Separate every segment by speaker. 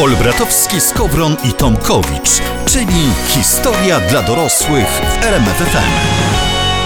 Speaker 1: Olbratowski, Skowron i Tomkowicz, czyli historia dla dorosłych w RMFFM.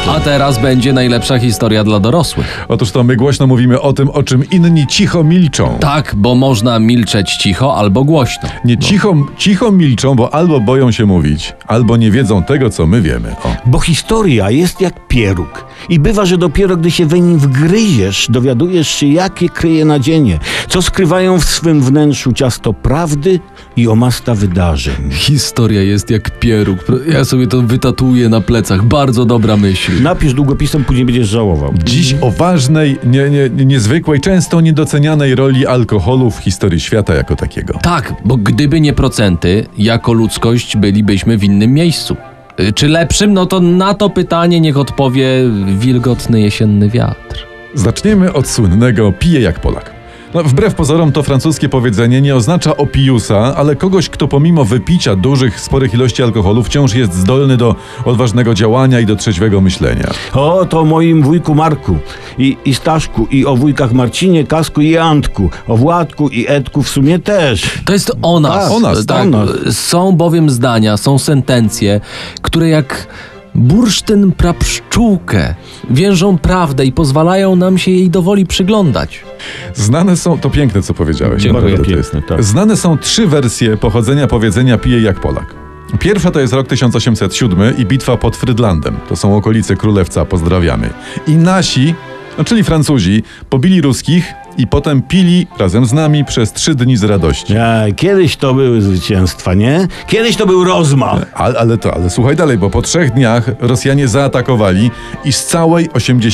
Speaker 2: A teraz będzie najlepsza historia dla dorosłych.
Speaker 3: Otóż to my głośno mówimy o tym, o czym inni cicho milczą.
Speaker 2: Tak, bo można milczeć cicho albo głośno.
Speaker 3: Nie cicho, cicho milczą, bo albo boją się mówić, albo nie wiedzą tego, co my wiemy. O.
Speaker 4: Bo historia jest jak pieróg. I bywa, że dopiero gdy się we nim wgryziesz, dowiadujesz się, jakie kryje nadzienie, co skrywają w swym wnętrzu ciasto prawdy i omasta wydarzeń.
Speaker 2: Historia jest jak pieróg. Ja sobie to wytatuję na plecach. Bardzo dobra myśl.
Speaker 4: Napisz długopisem, później będziesz żałował.
Speaker 3: Dziś o ważnej, nie, nie, niezwykłej, często niedocenianej roli alkoholu w historii świata jako takiego.
Speaker 2: Tak, bo gdyby nie procenty, jako ludzkość bylibyśmy w innym miejscu. Y, Czy lepszym? No to na to pytanie niech odpowie wilgotny jesienny wiatr.
Speaker 3: Zaczniemy od słynnego pije jak Polak. No, wbrew pozorom to francuskie powiedzenie nie oznacza opiusa, ale kogoś, kto pomimo wypicia dużych, sporych ilości alkoholu wciąż jest zdolny do odważnego działania i do trzeźwego myślenia.
Speaker 4: O, to o moim wujku Marku i, i Staszku i o wujkach Marcinie, Kasku i Antku, o Władku i Edku w sumie też.
Speaker 2: To jest o nas.
Speaker 4: Tak,
Speaker 3: o nas,
Speaker 2: tak.
Speaker 4: o nas.
Speaker 2: Są bowiem zdania, są sentencje, które jak bursztyn prapszczółkę więżą prawdę i pozwalają nam się jej dowoli przyglądać.
Speaker 3: Znane są, to piękne co powiedziałeś.
Speaker 2: Dziękuję.
Speaker 3: Naprawdę to
Speaker 4: Piękne, tak.
Speaker 3: Znane są trzy wersje pochodzenia powiedzenia pije jak Polak. Pierwsza to jest rok 1807 i bitwa pod Frydlandem. To są okolice Królewca, pozdrawiamy. I nasi, no czyli Francuzi, pobili Ruskich i potem pili razem z nami przez trzy dni z radości.
Speaker 4: E, kiedyś to były zwycięstwa, nie? Kiedyś to był rozmach.
Speaker 3: Ale, ale to, ale słuchaj dalej, bo po trzech dniach Rosjanie zaatakowali i z całej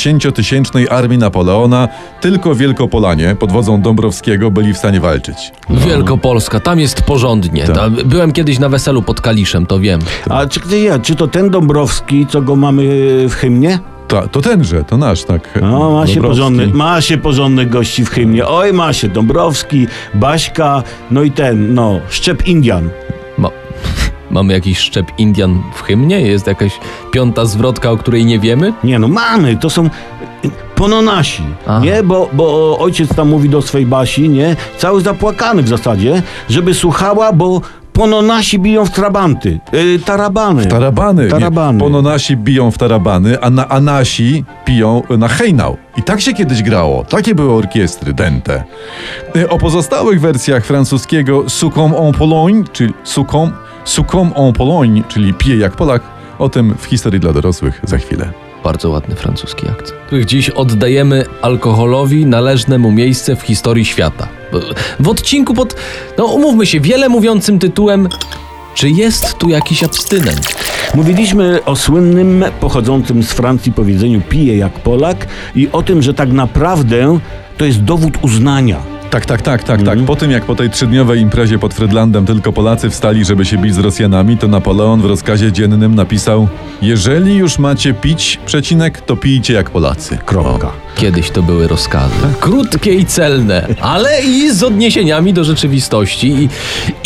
Speaker 3: 80-tysięcznej armii Napoleona tylko Wielkopolanie pod wodzą Dąbrowskiego byli w stanie walczyć.
Speaker 2: Wielkopolska, tam jest porządnie. Ta- Byłem kiedyś na weselu pod Kaliszem, to wiem.
Speaker 4: A czy, gdzie ja, czy to ten Dąbrowski, co go mamy e, w hymnie?
Speaker 3: Ta, to tenże, to nasz, tak.
Speaker 4: No, ma się,
Speaker 3: Dąbrowski.
Speaker 4: porządny, ma się porządnych gości w hymnie. Oj, ma się Dąbrowski, Baśka, no i ten, no, Szczep Indian.
Speaker 2: Ma... Mamy jakiś szczep Indian w hymnie? Jest jakaś piąta zwrotka, o której nie wiemy?
Speaker 4: Nie no, mamy, to są pononasi,
Speaker 2: Aha.
Speaker 4: nie? Bo, bo ojciec tam mówi do swej Basi, nie? Cały zapłakany w zasadzie, żeby słuchała, bo pononasi biją w trabanty, yy, tarabany.
Speaker 3: Tarabany.
Speaker 4: Tarabany.
Speaker 3: Nie, pononasi biją w tarabany, a, na, a nasi piją na hejnał. I tak się kiedyś grało. Takie były orkiestry dente. Y, O pozostałych wersjach francuskiego Sucom en Pologne, czyli Sucom, Sucom en Pologne, czyli pije jak Polak, o tym w historii dla dorosłych za chwilę.
Speaker 2: Bardzo ładny francuski akcent. Których dziś oddajemy alkoholowi należne mu miejsce w historii świata. W odcinku pod, no umówmy się, wiele mówiącym tytułem Czy jest tu jakiś abstynent?
Speaker 4: Mówiliśmy o słynnym, pochodzącym z Francji powiedzeniu pije jak Polak i o tym, że tak naprawdę to jest dowód uznania.
Speaker 3: Tak, tak, tak, tak, tak. Po tym jak po tej trzydniowej imprezie pod Frydlandem tylko Polacy wstali, żeby się bić z Rosjanami, to Napoleon w rozkazie dziennym napisał Jeżeli już macie pić, przecinek, to pijcie jak Polacy.
Speaker 4: Kropka.
Speaker 2: Kiedyś to były rozkazy. Krótkie i celne, ale i z odniesieniami do rzeczywistości i,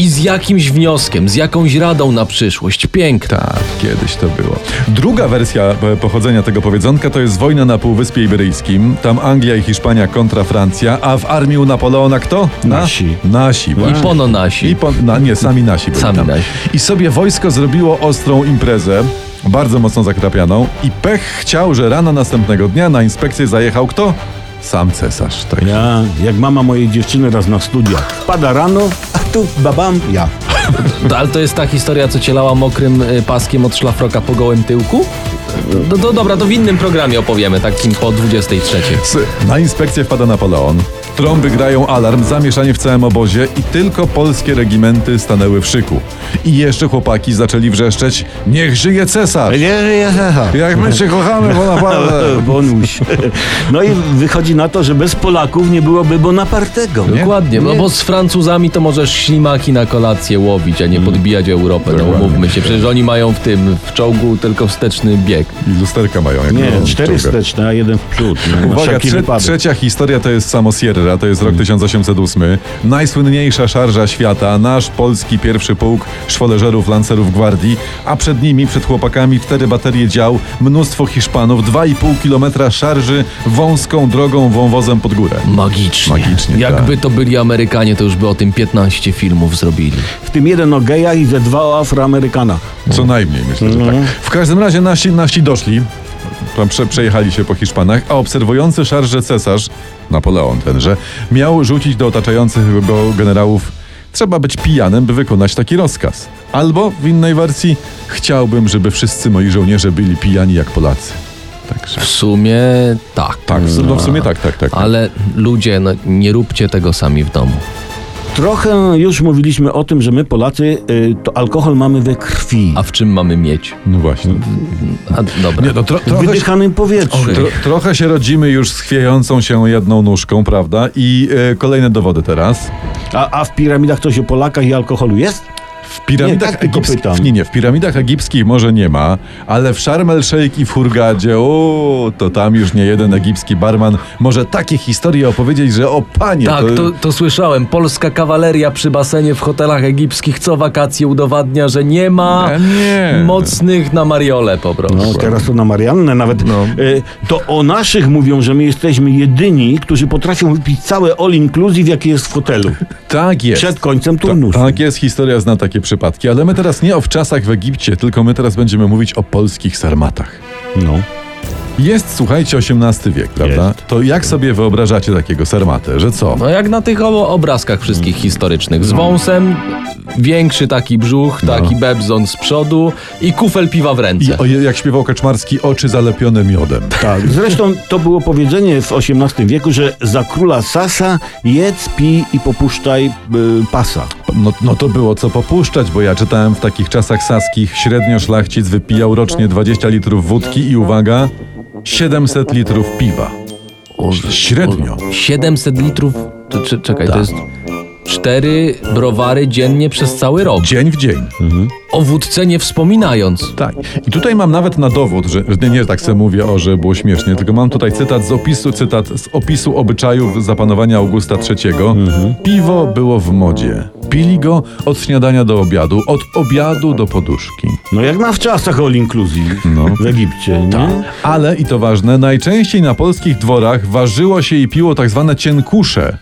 Speaker 2: i z jakimś wnioskiem, z jakąś radą na przyszłość. Piękne.
Speaker 3: Tak, kiedyś to było. Druga wersja e, pochodzenia tego powiedzonka to jest wojna na Półwyspie Iberyjskim. Tam Anglia i Hiszpania kontra Francja, a w armii u Napoleona kto? Na-
Speaker 4: Nasi.
Speaker 3: Nasi,
Speaker 2: I
Speaker 3: właśnie.
Speaker 2: pono nasi.
Speaker 3: I po, na, nie, sami nasi byli
Speaker 2: Sami
Speaker 3: tam.
Speaker 2: nasi.
Speaker 3: I sobie wojsko zrobiło ostrą imprezę, bardzo mocno zakrapianą i pech chciał, że rano następnego dnia na inspekcję zajechał kto? Sam cesarz. To jest-
Speaker 4: Ja, jak mama mojej dziewczyny raz na studiach. Wpada rano, a tu babam ja.
Speaker 2: To, ale to jest ta historia, co cielała mokrym y, paskiem od szlafroka po gołym tyłku? No to dobra, to w innym programie opowiemy, takim po 23.
Speaker 3: Psy. Na inspekcję wpada Napoleon. Trąby grają alarm, zamieszanie w całym obozie i tylko polskie regimenty stanęły w szyku. I jeszcze chłopaki zaczęli wrzeszczeć Niech żyje cesarz! Jak my cię kochamy, Bonaparte!
Speaker 4: e, Bonuś. No i wychodzi na to, że bez Polaków nie byłoby Bonapartego.
Speaker 2: Dokładnie, no bo z Francuzami to możesz ślimaki na kolację łowić, a nie
Speaker 3: Mm.
Speaker 2: podbijać Europę, no umówmy się. Przecież oni mają w tym, w czołgu tylko wsteczny bieg.
Speaker 3: I lusterka mają. jak
Speaker 4: Nie,
Speaker 3: on
Speaker 4: cztery
Speaker 3: wciąga.
Speaker 4: wsteczne, a jeden w przód. No, na
Speaker 3: Uwaga,
Speaker 4: wszelki
Speaker 3: trze-
Speaker 4: wypadek.
Speaker 3: trzecia historia to jest samo Sierra szarża, to jest rok 1808. Najsłynniejsza szarża świata, nasz polski pierwszy pułk szwoleżerów, lancerów gwardii, a przed nimi, przed chłopakami, cztery baterie dział, mnóstwo Hiszpanów, 2,5 kilometra szarży wąską drogą wąwozem pod górę.
Speaker 2: Magicznie.
Speaker 3: Magicznie, tak.
Speaker 2: Jakby to byli Amerykanie, to już by o tym 15 filmów zrobili.
Speaker 4: W tym jeden o gejach i ze dwa o Afroamerykanach.
Speaker 3: Co najmniej, myślę, że tak. W każdym razie nasi, nasi doszli, tam prze, przejechali się po Hiszpanach, a obserwujący szarże cesarz, Napoleon tenże, miał rzucić do otaczających go generałów Trzeba być pijanym, by wykonać taki rozkaz. Albo w innej wersji, chciałbym, żeby wszyscy moi żołnierze byli pijani jak Polacy. Także.
Speaker 2: W sumie tak.
Speaker 3: Tak, w, no w sumie tak, tak, tak.
Speaker 2: Ale ludzie, no, nie róbcie tego sami w domu.
Speaker 4: Trochę już mówiliśmy o tym, że my Polacy y, to alkohol mamy we krwi.
Speaker 2: A w czym mamy mieć?
Speaker 3: No właśnie.
Speaker 2: A, dobra.
Speaker 3: Nie, no, tro,
Speaker 4: W
Speaker 3: trochę, się-
Speaker 4: wydychanym powietrzu.
Speaker 2: Okej.
Speaker 3: Tro, trochę się rodzimy już z chwiejącą się jedną nóżką, prawda? I e, kolejne dowody teraz.
Speaker 4: A, a w piramidach coś o Polakach i alkoholu jest?
Speaker 3: W piramidach
Speaker 4: Nie, tak tylko
Speaker 3: egipskich.
Speaker 4: pytam.
Speaker 3: Nie, nie, w piramidach egipskich może nie ma, ale w Sharm el Sheikh i w Hurgadzie, o, to tam już nie jeden egipski barman może takie historie opowiedzieć, że o panie.
Speaker 2: Tak, to, to słyszałem. Polska kawaleria przy basenie w hotelach egipskich co wakacje udowadnia, że nie ma
Speaker 3: Nie, nie.
Speaker 2: mocnych na Mariole po
Speaker 4: No,
Speaker 2: prostu.
Speaker 4: teraz to na Mariannę nawet.
Speaker 3: No.
Speaker 4: Y, to o naszych mówią, że my jesteśmy jedyni, którzy potrafią wypić całe all inclusive, jakie jest w hotelu.
Speaker 3: Tak jest.
Speaker 4: Przed końcem
Speaker 3: Ta-
Speaker 4: turnusu.
Speaker 3: Tak jest, historia zna takie przypadki, ale my teraz nie o wczasach w Egipcie, tylko my teraz będziemy mówić o polskich sarmatach.
Speaker 4: No.
Speaker 3: Jest, słuchajcie, XVIII wiek, prawda? To jak sobie wyobrażacie takiego sarmatę, że co?
Speaker 2: No jak na tych obo- obrazkach wszystkich historycznych. Z wąsem, większy taki brzuch, taki bebzon z przodu i kufel piwa w ręce.
Speaker 3: I o, jak śpiewał Kaczmarski, oczy zalepione miodem.
Speaker 4: Tak. Zresztą to było powiedzenie w XVIII wieku, że za króla Sasa jedz, pij i popuszczaj y, pasa.
Speaker 3: No, no to było co popuszczać, bo ja czytałem w takich czasach saskich, średnio szlachcic wypijał rocznie 20 litrów wódki i uwaga, 700 litrów piwa. Średnio.
Speaker 2: 700 litrów, to, czy, czekaj, to jest cztery browary dziennie przez cały rok.
Speaker 3: Dzień w dzień.
Speaker 2: O wódce nie wspominając.
Speaker 3: Tak. I tutaj mam nawet na dowód, że że nie, nie tak se mówię, o, że było śmiesznie, tylko mam tutaj cytat z opisu, cytat z opisu obyczajów zapanowania Augusta III. Piwo było w modzie. Pili go od śniadania do obiadu, od obiadu do poduszki.
Speaker 4: No jak na wczasach all inclusive
Speaker 3: No.
Speaker 4: w Egipcie, nie?
Speaker 3: Ale, i to ważne, najczęściej na polskich dworach ważyło się i piło tak zwane cienkusze.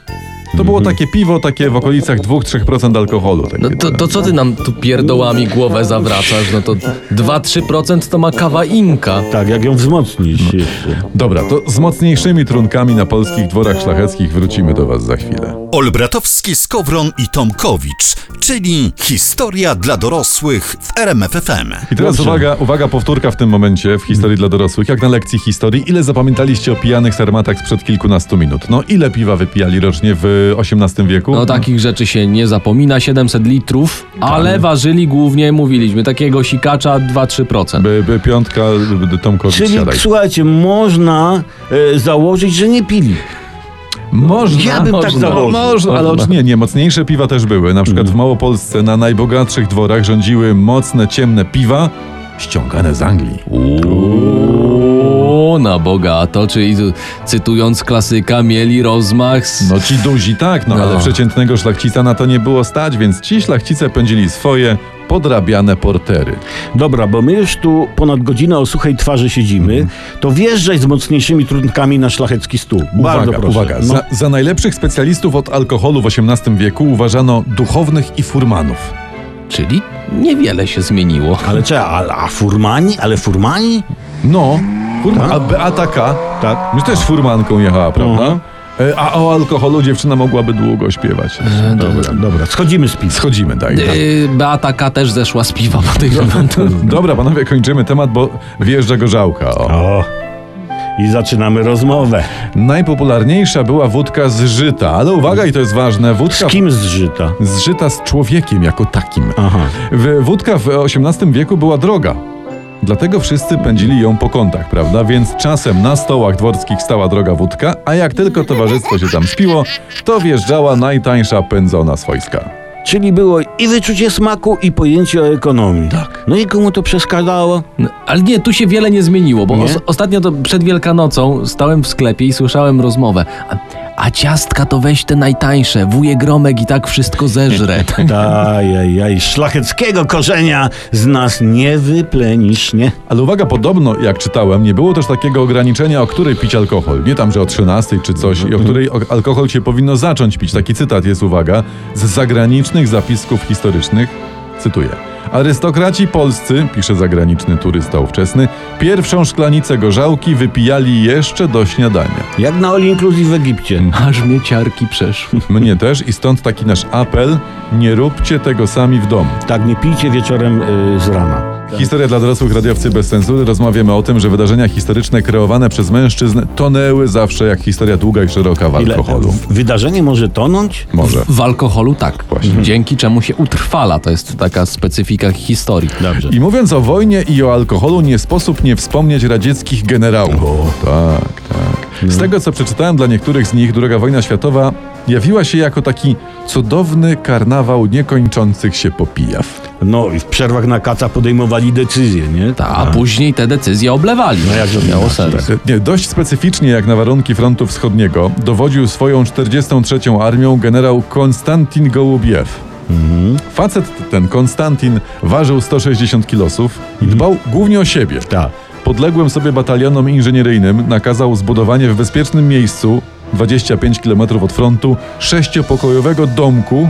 Speaker 3: To było takie piwo, takie w okolicach 2-3% alkoholu. Takie,
Speaker 2: Mhm. No to, to co ty nam tu pierdołami głowę zawracasz? No to 2-3% to ma kawa inka.
Speaker 4: Tak, jak ją wzmocnić
Speaker 3: No.
Speaker 4: jeszcze.
Speaker 3: Dobra, to z mocniejszymi trunkami na polskich dworach szlacheckich wrócimy do was za chwilę.
Speaker 1: Olbratowski, Skowron i Tomkowicz, czyli historia dla dorosłych w RMFFM.
Speaker 3: I teraz
Speaker 4: Dobrze.
Speaker 3: uwaga, uwaga, powtórka w tym momencie w historii dla dorosłych, jak na lekcji historii, ile zapamiętaliście o pijanych sermatach sprzed kilkunastu minut? No ile piwa wypijali rocznie w XVIII wieku?
Speaker 2: No takich rzeczy się nie zapomina, 700 litrów, ale ważyli głównie, mówiliśmy, takiego sikacza 2-3%.
Speaker 3: By, by piątka by Tomkowicz
Speaker 4: Czyli
Speaker 3: siadaj.
Speaker 4: słuchajcie, można e, założyć, że nie pili.
Speaker 3: Można.
Speaker 4: Ja bym tak
Speaker 3: można,
Speaker 4: założył.
Speaker 3: Można, ale
Speaker 2: Można.
Speaker 3: oczywiście nie, mocniejsze piwa też były. Na przykład
Speaker 4: Mhm.
Speaker 3: w Małopolsce na najbogatszych dworach rządziły mocne, ciemne piwa ściągane z Anglii.
Speaker 2: O, na bogato, czyli tu, cytując klasyka, mieli rozmach z...
Speaker 3: No ci duzi tak, no,
Speaker 2: No.
Speaker 3: ale przeciętnego szlachcica na to nie było stać, więc ci szlachcice pędzili swoje podrabiane portery.
Speaker 4: Dobra, bo my już tu ponad godzinę o suchej twarzy siedzimy,
Speaker 3: Mhm.
Speaker 4: to wjeżdżaj z mocniejszymi trunkami na szlachecki stół. Bardzo
Speaker 3: uwaga,
Speaker 4: proszę.
Speaker 3: uwaga.
Speaker 4: No,
Speaker 3: Za, za najlepszych specjalistów od alkoholu w XVIII wieku uważano duchownych i furmanów.
Speaker 2: Czyli niewiele się zmieniło.
Speaker 4: ale czy, a, a furmani? Ale furmani?
Speaker 3: No, furman. A Beataka,
Speaker 4: Tak.
Speaker 3: my też furmanką jechała, prawda?
Speaker 4: Mhm.
Speaker 3: E, A o alkoholu dziewczyna mogłaby długo śpiewać.
Speaker 4: Dobra, dobra, schodzimy z pizzy.
Speaker 3: Schodzimy, daj.
Speaker 2: Yy, Beata K. też zeszła z piwa, podejrzewam.
Speaker 3: Dobra, panowie, kończymy temat, bo wjeżdża gorzałka. O.
Speaker 4: O, i zaczynamy rozmowę.
Speaker 3: Najpopularniejsza była wódka z żyta, ale uwaga, i to jest ważne,
Speaker 4: Z
Speaker 3: wódka
Speaker 4: kim zżyta?
Speaker 3: z żyta z człowiekiem jako takim.
Speaker 4: Aha.
Speaker 3: W- Wódka w XVIII wieku była droga. Dlatego wszyscy pędzili ją po kątach, prawda? Więc czasem na stołach dworskich stała droga wódka, a jak tylko towarzystwo się tam spiło, to wjeżdżała najtańsza pędzona swojska.
Speaker 4: Czyli było i wyczucie smaku, i pojęcie o ekonomii.
Speaker 3: Tak.
Speaker 4: No i komu to przeszkadzało?
Speaker 2: No, ale nie, tu się wiele nie zmieniło, bo
Speaker 4: Nie?
Speaker 2: Os ostatnio to przed Wielkanocą stałem w sklepie i słyszałem rozmowę. A, A ciastka to weź te najtańsze, wuje Gromek i tak wszystko zeżre.
Speaker 4: Ajajaj, szlacheckiego korzenia z nas nie wyplenisz, nie?
Speaker 3: Ale uwaga, podobno, jak czytałem, nie było też takiego ograniczenia, o której pić alkohol. Nie tam, że o 13 czy coś, i o której o- alkohol się powinno zacząć pić. Taki cytat jest, uwaga, z zagranicznych zapisków historycznych. Cytuję. Arystokraci polscy, pisze zagraniczny turysta ówczesny, pierwszą szklanicę gorzałki wypijali jeszcze do śniadania.
Speaker 4: Jak na All Inclusive w Egipcie.
Speaker 3: No.
Speaker 2: Aż mnie ciarki przeszły.
Speaker 3: Mnie też i stąd taki nasz apel, nie róbcie tego sami w domu.
Speaker 4: Tak, nie pijcie wieczorem y, z rana.
Speaker 3: Historia dla dorosłych radiowcy bez cenzury. Rozmawiamy o tym, że wydarzenia historyczne kreowane przez mężczyzn tonęły zawsze jak historia długa i szeroka w alkoholu.
Speaker 4: w- Wydarzenie może tonąć?
Speaker 3: Może.
Speaker 2: W alkoholu tak.
Speaker 3: Właśnie.
Speaker 2: Dzięki czemu się utrwala. To jest taka specyfika historii.
Speaker 4: Dobrze.
Speaker 3: I mówiąc o wojnie i o alkoholu, nie sposób nie wspomnieć radzieckich generałów. tak, tak. Z tego, co przeczytałem dla niektórych z nich, II wojna światowa jawiła się jako taki cudowny karnawał niekończących się popijaw.
Speaker 4: No i w przerwach na kaca podejmowali decyzje, nie?
Speaker 2: Ta, a później te decyzje oblewali. No
Speaker 4: jakże
Speaker 2: miało
Speaker 4: inaczej,
Speaker 2: sens.
Speaker 3: Nie, dość specyficznie jak na warunki frontu wschodniego dowodził swoją 43. armią generał Konstantin Gołubiew. Facet ten, Konstantin, ważył 160 kilosów i dbał głównie o siebie.
Speaker 4: Tak.
Speaker 3: Podległym sobie batalionom inżynieryjnym nakazał zbudowanie w bezpiecznym miejscu, 25 km od frontu, sześciopokojowego domku.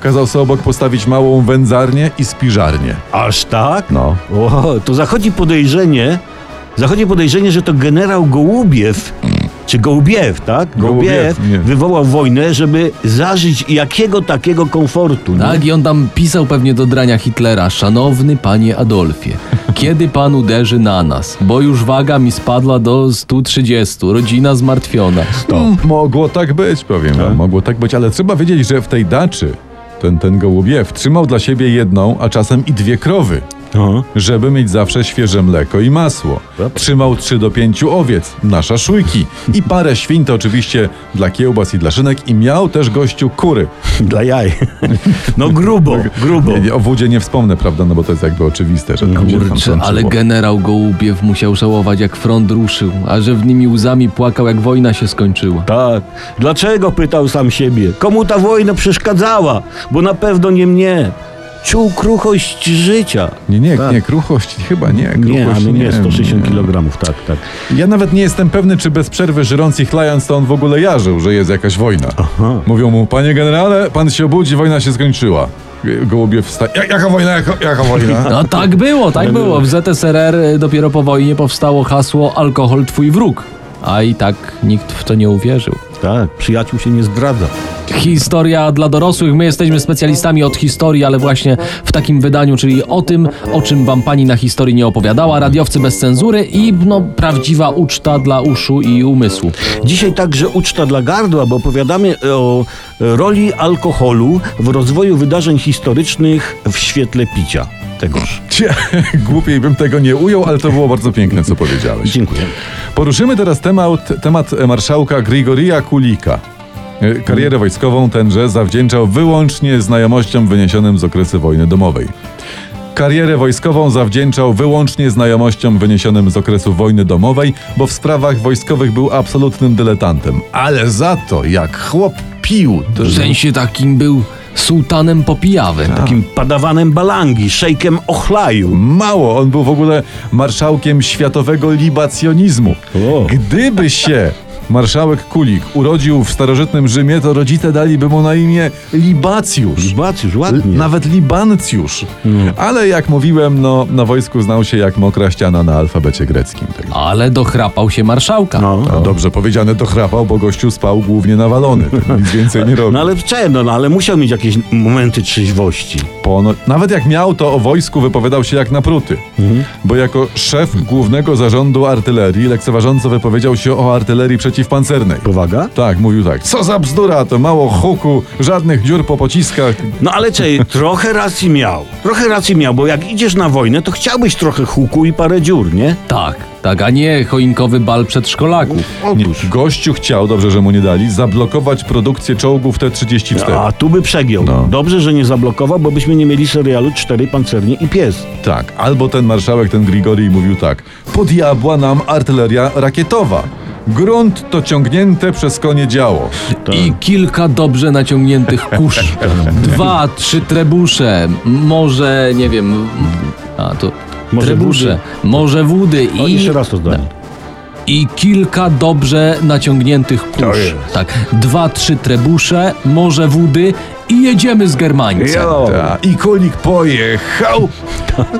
Speaker 3: Kazał sobie obok postawić małą wędzarnię i spiżarnię.
Speaker 4: Aż tak?
Speaker 3: No.
Speaker 4: O, to zachodzi podejrzenie, zachodzi podejrzenie, że to generał Gołubiew, czy Gołubiew, tak?
Speaker 3: Gołubiew,
Speaker 4: Gołubiew
Speaker 3: nie.
Speaker 4: wywołał wojnę, żeby zażyć jakiego takiego komfortu. nie?
Speaker 2: Tak, i on tam pisał pewnie do drania Hitlera. Szanowny panie Adolfie, kiedy pan uderzy na nas? Bo już waga mi spadła do 130. Rodzina zmartwiona.
Speaker 3: Mm, Mogło tak być, powiem wam. Mogło tak być, ale trzeba wiedzieć, że w tej daczy ten, ten gołubiew trzymał dla siebie jedną, a czasem i dwie krowy,
Speaker 4: O,
Speaker 3: żeby mieć zawsze świeże mleko i masło. Trzymał trzy do pięciu owiec na szaszłyki i parę świń to oczywiście dla kiełbas i dla szynek i miał też gościu kury.
Speaker 4: dla jaj. No grubo, grubo.
Speaker 3: Nie, nie, o wódzie nie wspomnę, prawda, no bo to jest jakby oczywiste, że tam się tam
Speaker 2: Kurczę, ale
Speaker 3: trąciło.
Speaker 2: generał Gołubiew musiał żałować, jak front ruszył, a że w nimi łzami płakał, jak wojna się skończyła.
Speaker 4: Tak. Dlaczego pytał sam siebie? Komu ta wojna przeszkadzała? Bo na pewno nie mnie. Czuł kruchość życia.
Speaker 3: Nie, nie, nie, kruchość chyba nie.
Speaker 4: Nie,
Speaker 3: Kruchość,
Speaker 4: ale nie,
Speaker 3: nie
Speaker 4: 160 kg, tak, tak.
Speaker 3: Ja nawet nie jestem pewny, czy bez przerwy żrąc i chlając to on w ogóle jarzył, że jest jakaś wojna. Mówią mu, panie generale, pan się obudzi, wojna się skończyła. Gołobiew wstaje. "Ja- Jaka wojna, jaka, jaka wojna?
Speaker 2: No tak było, tak było. W ZSRR y, dopiero po wojnie powstało hasło alkohol twój wróg. A i tak nikt w to nie uwierzył.
Speaker 4: Tak, przyjaciół się nie zdradza.
Speaker 2: Historia dla dorosłych. My jesteśmy specjalistami od historii, ale właśnie w takim wydaniu, czyli o tym, o czym wam pani na historii nie opowiadała, radiowcy bez cenzury i no, prawdziwa uczta dla uszu i umysłu.
Speaker 4: Dzisiaj także uczta dla gardła, bo opowiadamy o e, roli alkoholu w rozwoju wydarzeń historycznych w świetle picia. Tegoż.
Speaker 3: Cie, Głupiej bym tego nie ujął, ale to było bardzo piękne, co powiedziałeś.
Speaker 4: Dziękuję.
Speaker 3: Poruszymy teraz temat, temat marszałka Grigoria Kulika. E, Karierę wojskową tenże zawdzięczał wyłącznie znajomościom wyniesionym z okresu wojny domowej. Karierę wojskową zawdzięczał wyłącznie znajomościom wyniesionym z okresu wojny domowej, bo w sprawach wojskowych był absolutnym dyletantem. Ale za to, jak chłop pił, to
Speaker 2: W sensie takim był sułtanem popijawy.
Speaker 4: Takim padawanem balangi, szejkiem ochlaju.
Speaker 3: mało. On był w ogóle marszałkiem światowego libacjonizmu.
Speaker 4: O.
Speaker 3: Gdyby się marszałek Kulik urodził w starożytnym Rzymie, to rodzice daliby mu na imię Libacjusz.
Speaker 4: Zbacisz,
Speaker 3: L-
Speaker 4: ładnie. Mm.
Speaker 3: nawet Libancjusz. Ale jak mówiłem, no, na wojsku znał się jak mokra ściana na alfabecie greckim. Tak.
Speaker 2: Ale dochrapał się marszałka.
Speaker 4: No.
Speaker 3: A dobrze powiedziane, dochrapał, bo gościu spał głównie nawalony. tak, Nic więcej nie robił.
Speaker 4: No ale czemu? No ale musiał mieć jakieś momenty trzeźwości.
Speaker 3: Pono- Nawet jak miał, to o wojsku wypowiadał się jak na pruty. Bo jako szef głównego zarządu artylerii lekceważąco wypowiedział się o artylerii przeciwpancernej.
Speaker 4: Powaga?
Speaker 3: Tak, mówił tak. Co za bzdura, to mało huku, żadnych dziur po pociskach.
Speaker 4: No ale czej, trochę racji miał. Trochę racji miał, bo jak idziesz na wojnę, to chciałbyś trochę huku i parę dziur, nie?
Speaker 2: Tak, tak, a nie choinkowy bal przedszkolaków.
Speaker 3: Nie, gościu chciał, dobrze, że mu nie dali, zablokować produkcję czołgów T-34.
Speaker 4: A tu by przegiął.
Speaker 3: No.
Speaker 4: Dobrze, że nie zablokował, bo byśmy nie mieli serialu Cztery Pancernie i Pies.
Speaker 3: Tak, albo ten marszałek, ten Grigori mówił tak. Po diabła nam artyleria rakietowa. Grunt to ciągnięte przez konie działo.
Speaker 4: Tak.
Speaker 2: I kilka dobrze naciągniętych kurz. Dwa, trzy trebusze. Może, nie wiem. A to.
Speaker 4: Może
Speaker 2: trebusze. Może wody
Speaker 4: O,
Speaker 2: i,
Speaker 4: No, jeszcze raz to zdanie.
Speaker 3: No.
Speaker 2: i kilka dobrze naciągniętych kurz. Tak. Dwa, trzy trebusze, może wody i jedziemy z Germańcem.
Speaker 3: Ta, I kolik pojechał.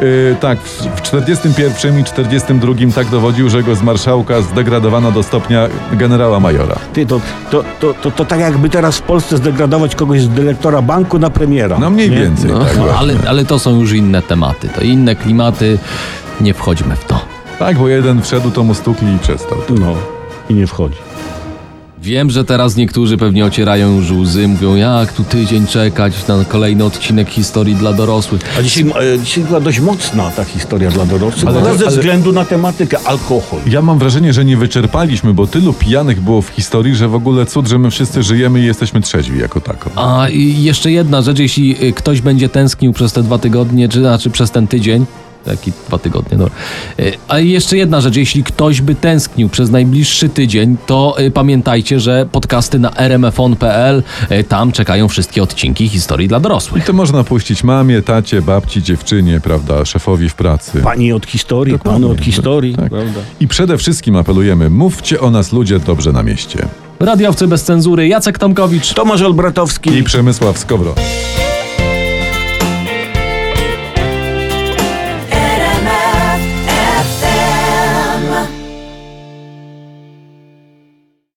Speaker 3: Y, tak, w, w 41 i 42 tak dowodził, że go z marszałka zdegradowano do stopnia generała majora.
Speaker 4: Ty, to, to, to, to, to tak jakby teraz w Polsce zdegradować kogoś z dyrektora banku na premiera.
Speaker 3: No mniej
Speaker 4: nie?
Speaker 3: więcej.
Speaker 2: No,
Speaker 3: Tak, właśnie.
Speaker 2: ale, ale to są już inne tematy. To inne klimaty. Nie wchodźmy w to.
Speaker 3: tak, bo jeden wszedł, to mu stukli i przestał.
Speaker 4: No. I nie wchodzi.
Speaker 2: Wiem, że teraz niektórzy pewnie ocierają już łzy, mówią jak tu tydzień czekać na kolejny odcinek historii dla dorosłych.
Speaker 4: A dzisiaj, e, dzisiaj była dość mocna ta historia dla dorosłych.
Speaker 3: Ale-
Speaker 4: Ale, ze
Speaker 3: ale-
Speaker 4: względu na tematykę alkohol.
Speaker 3: Ja mam wrażenie, że nie wyczerpaliśmy, bo tylu pijanych było w historii, że w ogóle cud, że my wszyscy żyjemy i jesteśmy trzeźwi jako tako.
Speaker 2: A i jeszcze jedna rzecz, jeśli y, ktoś będzie tęsknił przez te dwa tygodnie, czy znaczy przez ten tydzień, taki dwa tygodnie, dobra. Y, A jeszcze jedna rzecz, jeśli ktoś by tęsknił przez najbliższy tydzień, to y, pamiętajcie, że podcasty na rmfon.pl, y, tam czekają wszystkie odcinki historii dla dorosłych.
Speaker 3: I to można puścić mamie, tacie, babci, dziewczynie, prawda, szefowi w pracy.
Speaker 4: Pani od historii,
Speaker 3: Dokładnie.
Speaker 4: panu od historii.
Speaker 3: Tak.
Speaker 4: Prawda?
Speaker 3: I przede wszystkim apelujemy, mówcie o nas ludzie dobrze na mieście.
Speaker 2: Radiowcy bez cenzury, Jacek Tomkowicz.
Speaker 4: Tomasz Olbratowski.
Speaker 3: I Przemysław Skowron.